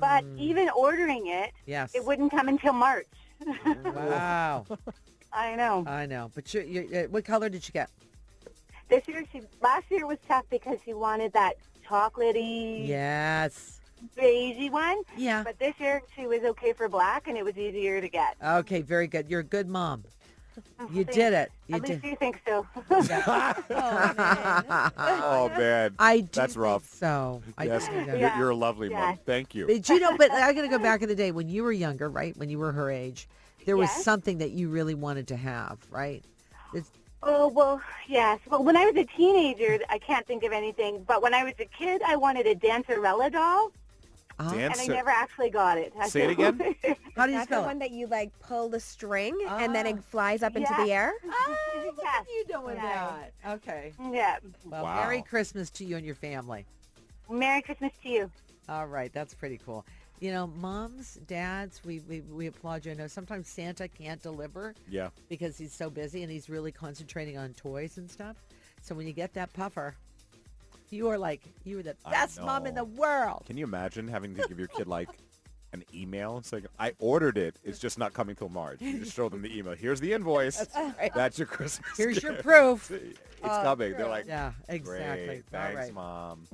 But Mm. even ordering it, Yes. it wouldn't come until March. Wow. I know. I know. But you, you, uh, what color did you get? this year, she last year was tough because she wanted that chocolatey, Yes. beigey one. Yeah. But this year, she was okay for black, and it was easier to get. Okay, very good. You're a good mom. You did it. You At least did. you think so. Oh man, I do That's think rough. So I do yes, think you're, that- Yeah. you're a lovely mom. Yeah. Thank you. But you know, but I got to go back in the day when you were younger, right? When you were her age, there was Yes. something that you really wanted to have, right? It's, Oh, well, yes. Well, when I was a teenager, I can't think of anything. But when I was a kid, I wanted a Dancerella doll, uh, and I Dancer. never actually got it. Say it again? how do you That's the spell one it? Ah. that you like pull the string and then it flies up into Yeah. the air. yes. you doing Yeah. that? Okay. Yeah. Well, Wow. Merry Christmas to you and your family. Merry Christmas to you. All right, that's pretty cool. You know, moms, dads, we, we, we applaud you. I know sometimes Santa can't deliver Yeah. because he's so busy and he's really concentrating on toys and stuff. So when you get that puffer, you are like, you are the I best mom in know. the world. Can you imagine having to give your kid like an email saying, "I ordered it. It's just not coming till March." You just show them the email. Here's the invoice. That's, your Christmas. Here's your gift. proof. It's coming. They're like, Yeah, "Great, exactly. All thanks, right. mom."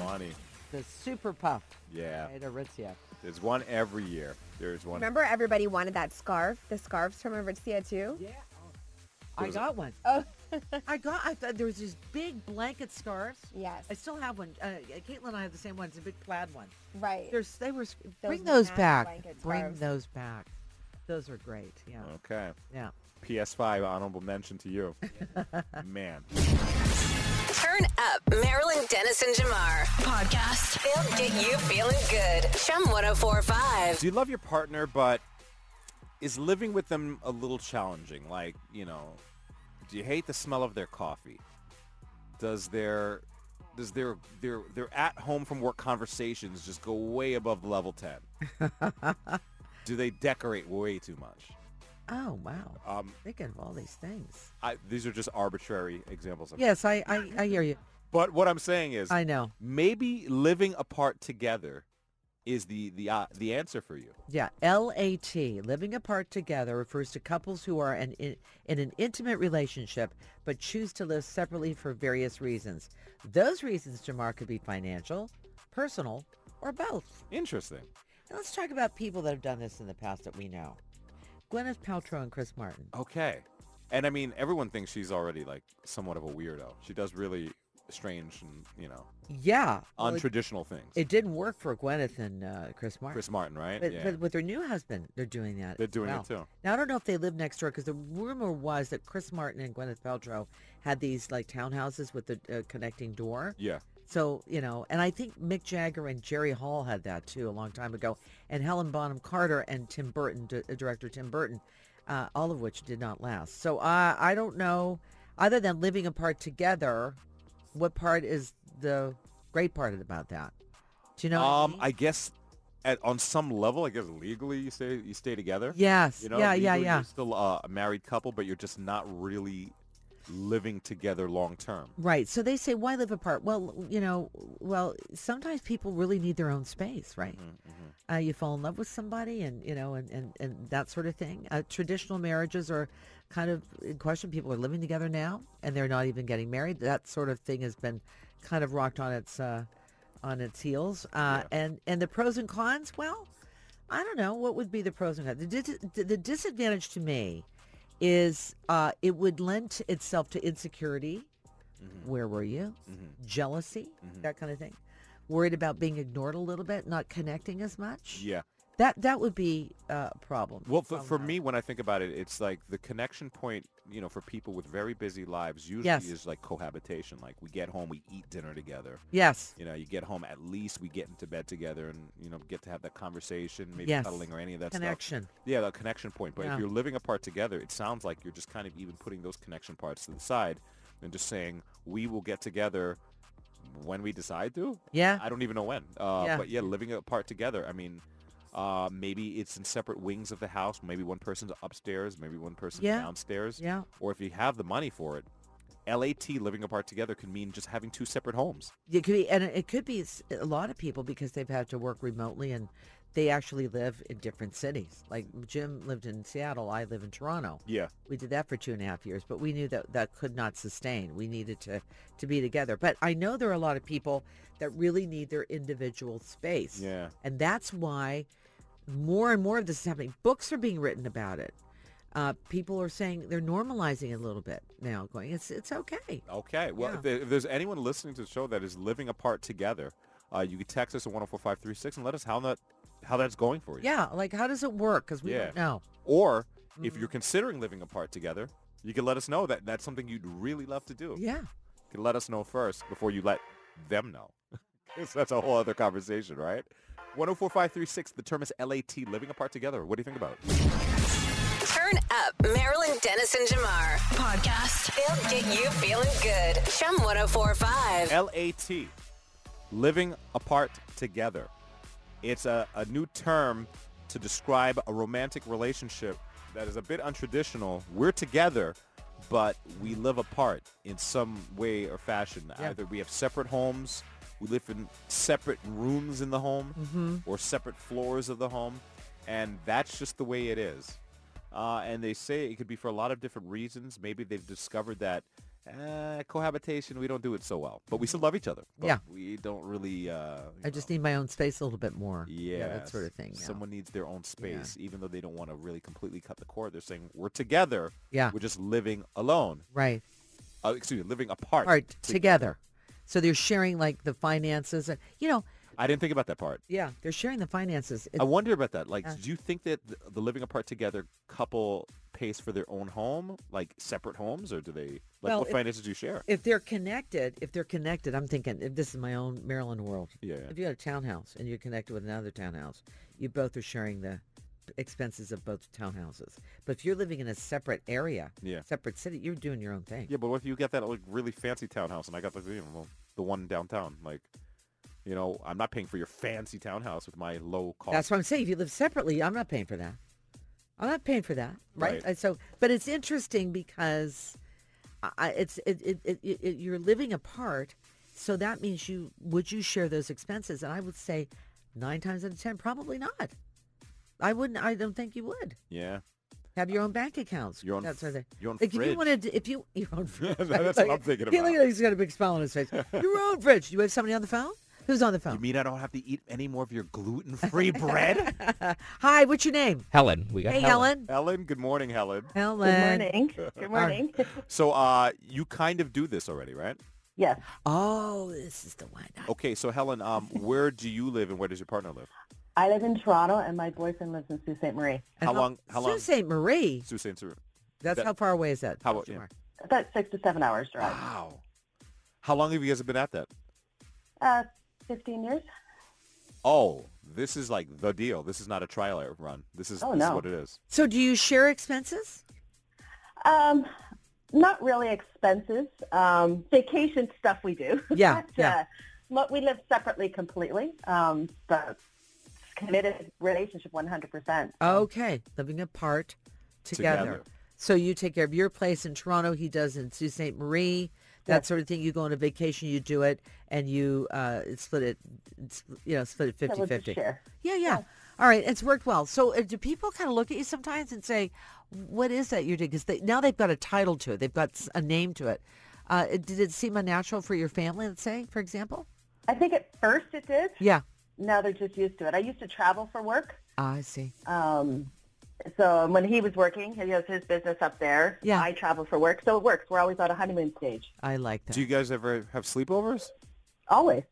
Funny. The super puff. Yeah. Right, Aritzia. There's one every year. There's one. Remember, everybody wanted that scarf, the scarves from Aritzia too. I got one. Oh. I got, I thought there was these big blanket scarves. Yes. I still have one. Uh, Caitlin and I have the same one. It's a big plaid one. Right. There's, they were, bring Those those massive back. blanket Bring scarves. those back. Those are great. Yeah. Okay. Yeah. PS5 honorable mention to you. Man. Turn up Marilyn Dennis and Jamar. Podcast. They'll get you feeling good. oh Chum 1045. Do you love your partner, but is living with them a little challenging? Like, you know, do you hate the smell of their coffee? Does their does their their their at home from work conversations just go way above level ten? do they decorate way too much? Oh, wow. Um, Thinking of all these things. I, these are just arbitrary examples. I'm- Yes, I, I, I hear you. But what I'm saying is, I know. maybe living apart together is the the uh, the answer for you. Yeah, LAT, living apart together, refers to couples who are an, in, in an intimate relationship but choose to live separately for various reasons. Those reasons, Jamar, could be financial, personal, or both. Interesting. Now let's talk about people that have done this in the past that we know. Gwyneth Paltrow and Chris Martin. Okay. And I mean, everyone thinks she's already like somewhat of a weirdo. She does really strange and you know Yeah, well, it, untraditional things. it didn't work for Gwyneth and uh, Chris Martin. Chris Martin, right? But, yeah. but with their new husband, they're doing that. They're as doing it well. too. Now I don't know if they live next door because the rumor was that Chris Martin and Gwyneth Paltrow had these like townhouses with the uh, connecting door. yeah. So you know, and I think Mick Jagger and Jerry Hall had that too a long time ago, and Helen Bonham Carter and Tim Burton, d- uh, director Tim Burton, uh, all of which did not last. So uh, I don't know, other than living apart together, what part is the great part about that? Do you know? what I Um, mean? I guess at, on some level, I guess legally you stay you stay together. yes, You know, yeah, yeah, legally yeah. You're still uh, a married couple, but you're just not really living together long term. Right. So they say, why live apart? Well, you know, well, sometimes people really need their own space, right? Uh, you fall in love with somebody and, you know, and, and, and that sort of thing. Uh, traditional marriages are kind of in question. People are living together now and they're not even getting married. That sort of thing has been kind of rocked on its, uh, on its heels. Uh, and, and the pros and cons, well, I don't know. What would be the pros and cons? The, dis- the disadvantage to me is uh, it would lend t- itself to insecurity. Mm-hmm. Where were you? Jealousy, that kind of thing. Worried about being ignored a little bit, not connecting as much. Yeah. That that would be uh, a problem. Well, for, for me, when I think about it, it's like the connection point, you know, for people with very busy lives usually Yes. is like cohabitation. Like we get home, we eat dinner together. Yes. You know, you get home, at least we get into bed together and, you know, get to have that conversation, maybe Yes. cuddling or any of that stuff. Connection. Yeah, that connection point. But Yeah. if you're living apart together, it sounds like you're just kind of even putting those connection parts to the side and just saying, we will get together when we decide to. Yeah. I don't even know when. Uh, Yeah. But yeah, living apart together. I mean, uh, maybe it's in separate wings of the house. Maybe one person's upstairs. Maybe one person's Yeah. downstairs. Yeah. Or if you have the money for it, LAT living apart together can mean just having two separate homes. It could be, and it could be s- a lot of people because they've had to work remotely and they actually live in different cities. Like Jim lived in Seattle, I live in Toronto. Yeah. We did that for two and a half years, but we knew that that could not sustain. We needed to to be together. But I know there are a lot of people that really need their individual space. Yeah. And that's why more and more of this is happening. Books are being written about it. Uh, people are saying they're normalizing it a little bit now, going, it's it's okay. Okay. Well, Yeah. if, there, if there's anyone listening to the show that is living apart together, uh, you can text us at 104536 and let us how that how that's going for you. Yeah, like how does it work? Because we Yeah. don't know. Or Mm-hmm. if you're considering living apart together, you can let us know that that's something you'd really love to do. Yeah. You can let us know first before you let them know. 'Cause that's a whole other conversation, right? 104536, the term is LAT, living apart together. What do you think about it? Turn up Marilyn Dennis and Jamar. Podcast. They'll get you feeling good. oh Chum 1045. LAT, living apart together. It's a, a new term to describe a romantic relationship that is a bit untraditional. We're together, but we live apart in some way or fashion. Yeah. Either we have separate homes, we live in separate rooms in the home, Mm-hmm. or separate floors of the home. And that's just the way it is. Uh, and they say it could be for a lot of different reasons. Maybe they've discovered that uh, cohabitation, we don't do it so well, but we still love each other. But Yeah. We don't really. Uh, I you just know, need my own space a little bit more. Yeah. that sort of thing. now. Someone needs their own space, even though they don't want to really completely cut the cord. They're saying, we're together. Yeah. We're just living alone. right? Uh, excuse me, living apart. All right, together. So they're sharing like the finances. and You know, I didn't think about that part. yeah, they're sharing the finances. It- I wonder about that. Like, Yeah. do you think that th- the living apart together couple pays for their own home, like separate homes, or do they, like, Well, what if- finances do you share? if they're connected, if they're connected, I'm thinking if this is my own Maryland world. Yeah. If you had a townhouse and you're connected with another townhouse, you both are sharing the expenses of both townhouses. But if you're living in a separate area, Yeah. separate city, you're doing your own thing. Yeah, but what if you get that like really fancy townhouse and I got the you know, the one downtown? Like, you know, I'm not paying for your fancy townhouse with my low cost. That's what I'm saying. If you live separately, I'm not paying for that. I'm not paying for that, right? Right. And So, but it's interesting because I- I, it's it, it, it, it, it- you're living apart, so that means you would you share those expenses? And I would say nine times out of ten, probably not. I wouldn't. I don't think you would yeah, have your own bank accounts. Your own that sort of thing. f- your own like if fridge. you wanted, to, if you your own fridge. That's what I'm thinking He- look about. at- He's got a big smile on his face. Your own fridge. You have somebody on the phone. Who's on the phone? Oh. you mean I don't have to eat any more of your gluten-free bread? Hi, what's your name? Helen, we got Hey, Helen. Helen, good morning, Helen. Helen. Good morning. Good morning. So, uh, you kind of do this already, right? yes. Oh, this is the one. Okay, so Helen, um, where do you live and where does your partner live? I live in Toronto and my boyfriend lives in Sault Ste. Marie. How long? How long? Oh, Sault Ste. Marie. Sault Ste. Marie. That's that- how far away is that? How- Jamar? yeah. About six to seven hours drive. Wow. How long have you guys been at that? Uh, 15 years? Oh, this is like the deal. This is not a trial run. This is, Oh, this is no. what it is. So do you share expenses? Um, not really expenses. Um, vacation stuff we do. Yeah, but, yeah. Uh, mo- we live separately completely, um, but committed relationship 100%. Okay, living apart together. Together. So you take care of your place in Toronto. He does in Sault Ste. Marie. That sort of thing. You go on a vacation, you do it, and you uh, split it, it's- you know, split it So we'll just 50-50. share. Yeah, yeah. All right, it's worked well. So uh, do people kind of look at you sometimes and say, "What is that you're doing?" Because they, now they've got a title to it, they've got s- a name to it. Uh, it- did it seem unnatural for your family? Let's say, for example. I think at first it did. Yeah, Now they're just used to it. I used to travel for work. I see. Um, so when he was working, he has his business up there. Yeah. I travel for work, so it works. We're always on a honeymoon stage. I like that. Do you guys ever have sleepovers? Always.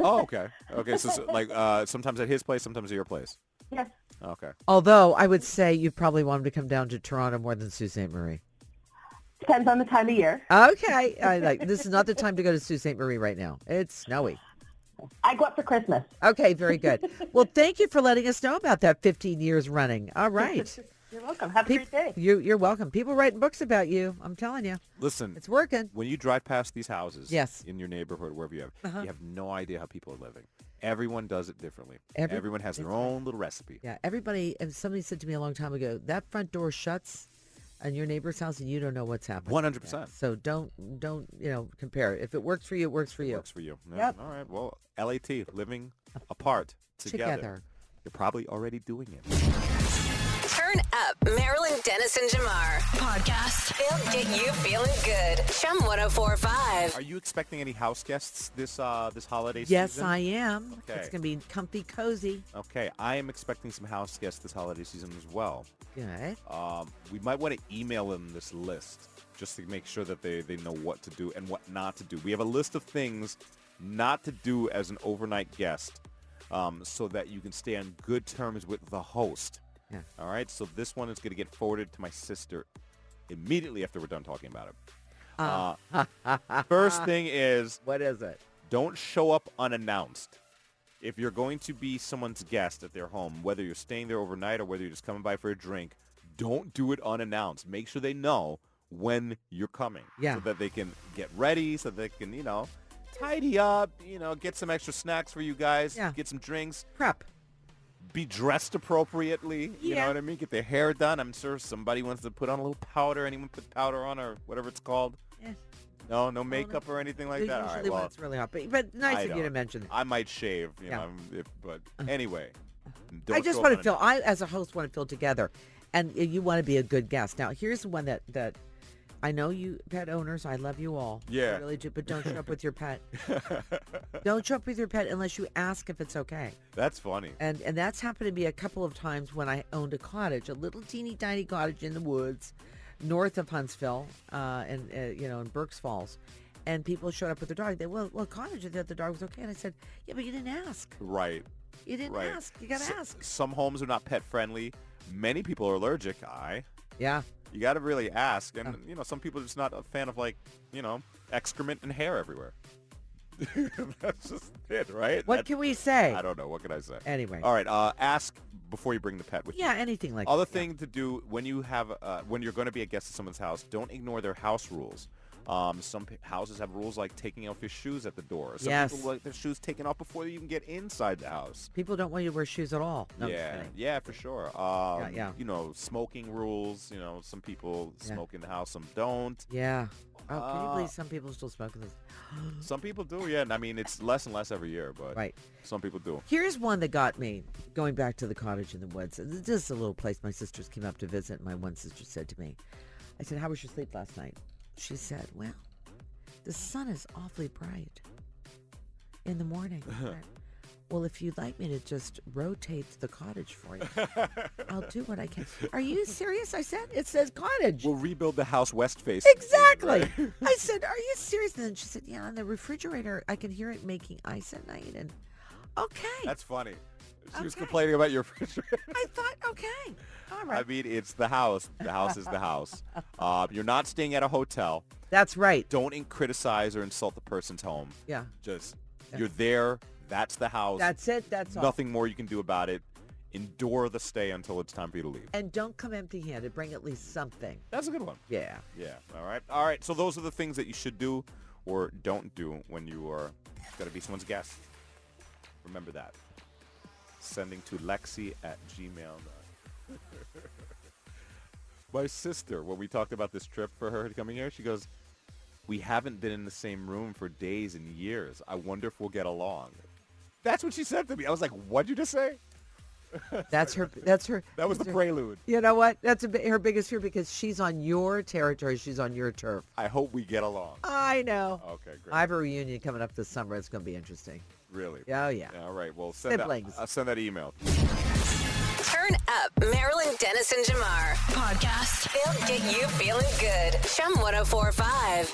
Oh, okay. Okay, so, so, like uh, sometimes at his place, sometimes at your place. Yes. Okay. Although I would say you probably want him to come down to Toronto more than Sault Ste. Marie. Depends on the time of year. Okay. I like this is not the time to go to Sault Ste. Marie right now. It's snowy. I go up for Christmas. Okay, very good. Well, thank you for letting us know about that 15 years running. All right. You're welcome. Have a Peop- great day. you, you're welcome. People writing books about you. I'm telling you, Listen, it's working. when you drive past these houses Yes. Uh-huh. in your neighborhood, wherever you have, you have no idea how people are living. Everyone does it differently. Every- Everyone has their own little recipe. Yeah, everybody. And somebody said to me a long time ago, that front door shuts on your neighbor's house, and you don't know what's happening. 100%. So don't don't you know compare. it. If it works for you, it works for you. Works for you. Yeah, All right. Well, LAT, living apart together. Together. You're probably already doing it. Turn up Marilyn Dennis and Jamar. Podcast. They'll get you feeling good. oh Chum 1045. Are you expecting any house guests this uh this holiday Yes, season? I am. Okay. It's gonna be comfy, cozy. Okay, I am expecting some house guests this holiday season as well. Good. Um, we might want to email them this list just to make sure that they, they know what to do and what not to do. We have a list of things not to do as an overnight guest um, so that you can stay on good terms with the host. Yeah. All right, so this one is going to get forwarded to my sister immediately after we're done talking about it. Uh, first thing is What is it? don't show up unannounced. If you're going to be someone's guest at their home, whether you're staying there overnight or whether you're just coming by for a drink, don't do it unannounced. Make sure they know when you're coming Yeah. so that they can get ready, so they can, you know, tidy up, you know, get some extra snacks for you guys, Yeah. get some drinks, Prep. be dressed appropriately, you know Yeah. what I mean? Get their hair done. I'm sure somebody wants to put on a little powder. Anyone put powder on or whatever it's called? Eh. No, no makeup or anything like They're that. All usually right, when well, it's really hot, but, but nice I of you to don't. mention. I might shave, you Yeah. Uh-huh. know, if, but anyway. I don't just show up on- want to feel. I, as a host, want to feel together, and y- you want to be a good guest. Now, here's one that that I know you pet owners. I love you all. Yeah. I really do. But don't show up with your pet. don't show up with your pet unless you ask if it's okay. That's funny. And and that's happened to me a couple of times when I owned a cottage, a little teeny tiny cottage in the woods, north of Huntsville, uh, and uh, you know in Berks Falls, and people showed up with their dog. They well, well, cottage. I thought the dog was okay, and I said, yeah, but you didn't ask. Right. You didn't right. ask. You gotta So- ask. Some homes are not pet friendly. Many people are allergic. I. Yeah. You got to really ask. Uh-huh. And, you know, some people are just not a fan of, like, you know, excrement and hair everywhere. That's just it, right? What That's- can we say? I don't know. What can I say? Anyway. All right. Uh, ask before you bring the pet with you. Yeah, anything like Other that. yeah. thing to do when you have uh, when you're going to be a guest at someone's house, don't ignore their house rules. Um, some p- houses have rules like taking off your shoes at the door. Some Yes. people like their shoes taken off before you even get inside the house. People don't want you to wear shoes at all. No, I'm just yeah, kidding. yeah, for sure. Um, yeah. You know, smoking rules. You know, some people Yeah. smoke in the house, some don't. Yeah. Oh, can you Uh, believe some people still smoke this? Some people do, yeah. And I mean, it's less and less every year, but Right. some people do. Here's one that got me going back to the cottage in the woods. This is a little place my sisters came up to visit. And my one sister said to me, I said, How was your sleep last night? She said, Well, the sun is awfully bright in the morning. I went, well, if you'd like me to just rotate the cottage for you, I'll do what I can. Are you serious? I said, It says cottage. We'll rebuild the house west face. Exactly. I said, "Are you serious?" And then she said, "Yeah." In the refrigerator, I can hear it making ice at night. And okay, That's funny. She was Okay. complaining about your refrigerator. I thought, okay, all right. I mean, it's the house. The house is the house. Uh, you're not staying at a hotel. That's right. Don't in- criticize or insult the person's home. Yeah, Just, you're there. That's the house. that's it. That's all. Nothing more you can do about it. Endure the stay until it's time for you to leave. And don't come empty-handed. Bring at least something. That's a good one. Yeah. Yeah. All right. All right. So those are the things that you should do or don't do when you are going to be someone's guest. Remember that. Sending to Lexi at gmail. My sister, when we talked about this trip for her coming here, she goes, we haven't been in the same room for days and years. I wonder if we'll get along. That's what she said to me. I was like, what'd you just say? That's her. That's her. That was the prelude. You know what? That's a, bi- her biggest fear because she's on your territory. She's on your turf. I hope we get along. I know. Okay, Oh, great. I have a reunion coming up this summer. It's going to be interesting. Really? Oh yeah. All right. Well, send that, Siblings. uh, send that email. Turn up Marilyn Dennis and Jamar. Podcast. They'll get you oh feeling good. Chum 1045.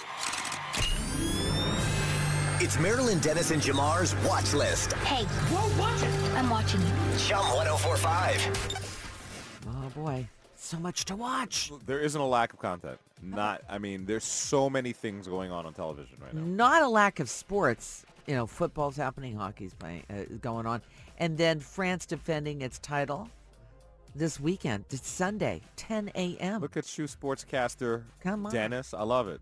It's Marilyn Dennis and Jamar's watch list. Hey. Whoa, watch it. I'm watching you. Chum 1045. Oh boy, so much to watch. There isn't a lack of content. Oh. Not, I mean, there's so many things going on on television right now. Not a lack of sports. You know, football's happening, hockey's playing, uh, going on, and then France defending its title this weekend. It's Sunday, 10 a.m. Look at you, sportscaster Come on. Dennis. I love it.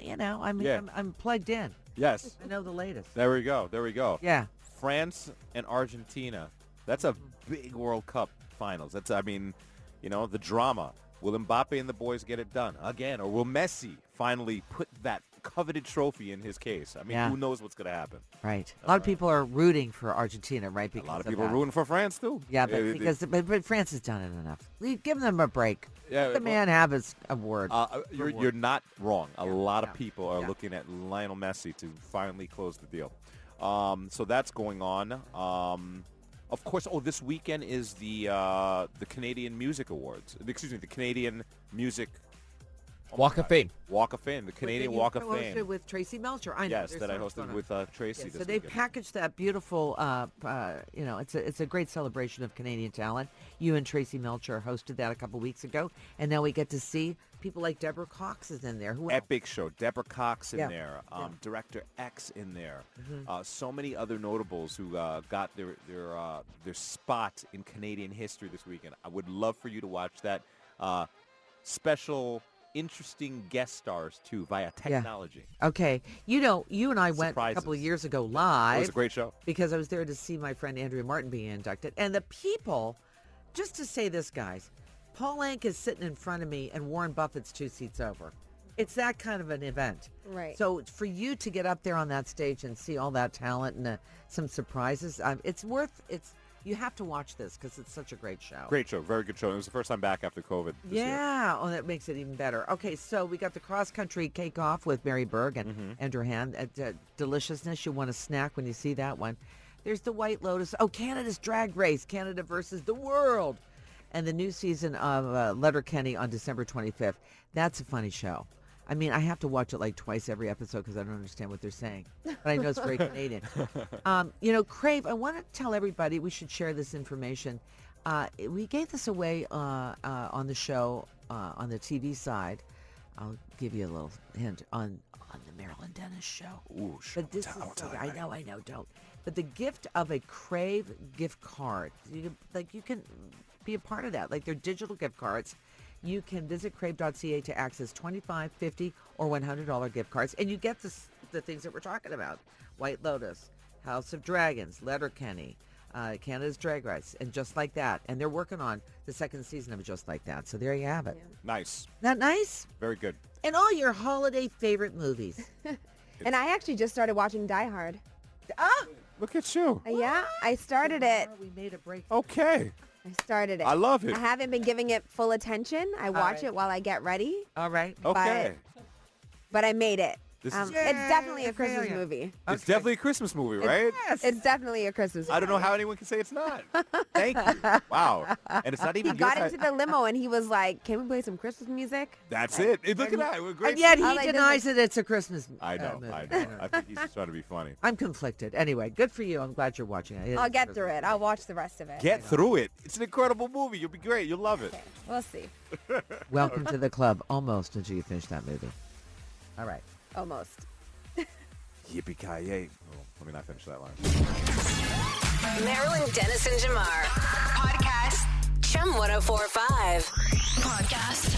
You know, I mean, Yeah. I'm, I'm plugged in. Yes. I know the latest. There we go. There we go. Yeah. France and Argentina. That's a big World Cup finals. That's, I mean, you know, the drama. Will Mbappe and the boys get it done again? Or will Messi finally put that coveted trophy in his case? I mean, Yeah. who knows what's going to happen? Right. A lot of people are rooting for Argentina, right? A Because lot of people are rooting for France, too. Yeah, but It- it- because but, but France has done it enough. We- Give them a break. Yeah, Let the well- man have his award. Uh, uh, you're, you're not wrong. A lot yeah, of people are yeah. looking at Lionel Messi to finally close the deal. Um, so that's going on. Um, of course, oh, this weekend is the uh, the Canadian Music Awards. Excuse me, the Canadian Music oh my Walk of God. Fame. Walk of Fame, the Canadian Walk of Fame. with Tracy Melcher. I know. Yes, that I hosted with uh, Tracy. Yeah, this so they weekend. packaged that beautiful, uh, p- uh, you know, it's a, it's a great celebration of Canadian talent. You and Tracy Melcher hosted that a couple weeks ago, and now we get to see people like Deborah Cox is in there. Who else? Epic show. Deborah Cox in Yeah. Mm-hmm. there. Um, Director X in there. Uh, so many other notables who uh, got their their uh, their spot in Canadian history this weekend. I would love for you to watch that. Uh, special, interesting guest stars too via technology. Okay, you know, you and I went a couple of Surprises. years ago It live. was a great show. because I was there to see my friend Andrea Martin being inducted. And the people, just to say this, guys, Paul Ank is sitting in front of me and Warren Buffett's two seats over. It's that kind of an event. Right. So for you to get up there on that stage and see all that talent and uh, some surprises, um, it's worth it's you have to watch this because it's such a great show. Great show. Very good show. It was the first time back after COVID. This Year. Yeah. Oh, that makes it even better. Okay, so we got the cross country cake off with Mary Berg and Andrew Hand. At, uh, deliciousness. You want a snack when you see that one. There's the White Lotus. Oh, Canada's drag race. Canada versus the world. And the new season of uh, Letterkenny on December 25th. That's a funny show. I mean, I have to watch it like twice every episode because I don't understand what they're saying. But I know it's very Canadian. Um, you know, Crave, I want to tell everybody we should share this information. Uh, we gave this away uh, uh, on the show uh, on the TV side. I'll give you a little hint on on the Marilyn Dennis show. Ooh, shit. But this is so- I know, I know, don't. But the gift of a Crave gift card, you can, like you can be a part of that. Like they're digital gift cards. You can visit crave.ca to access 25, 50, or $100 gift cards. And you get this, the things that we're talking about. White Lotus, House of Dragons, Letterkenny, uh, Canada's Drag Race, and Just Like That. And they're working on the second season of Just Like That. So there you have it. Nice. Not nice? Very good. And all your holiday favorite movies. And I actually just started watching Die Hard. ah! Look at you. Uh, Yeah, I started it. We made a break. Okay. I started it. I love it. I haven't been giving it full attention. I watch right. it while I get ready, All right. Oh, Okay. but I made it. This is- Um, Yay, it's definitely a Christmas brilliant. movie. It's definitely a Christmas movie, right? Yes. It's definitely a Christmas movie. I don't know how anyone can say it's not. Thank you. Wow. And it's not even He got your into type- the limo and he was like, can we play some Christmas music? That's it. Hey, Look at that. We're great. and yet he I like this denies that it's a Christmas. I uh, know. movie. I know. I think he's just trying to be funny. I'm conflicted. Anyway, good for you. I'm glad you're watching it. It I'll is a get Christmas through it. I'll watch the rest of it. Get through it. It's an incredible movie. You'll be great. You'll love it. We'll see. movie. Welcome to the club. Almost until you finish that movie. All right. Almost. Yippee ki yay! Oh, let me not finish that line. Marilyn oh Dennis and Jamar. Podcast. Chum 1045. Podcast.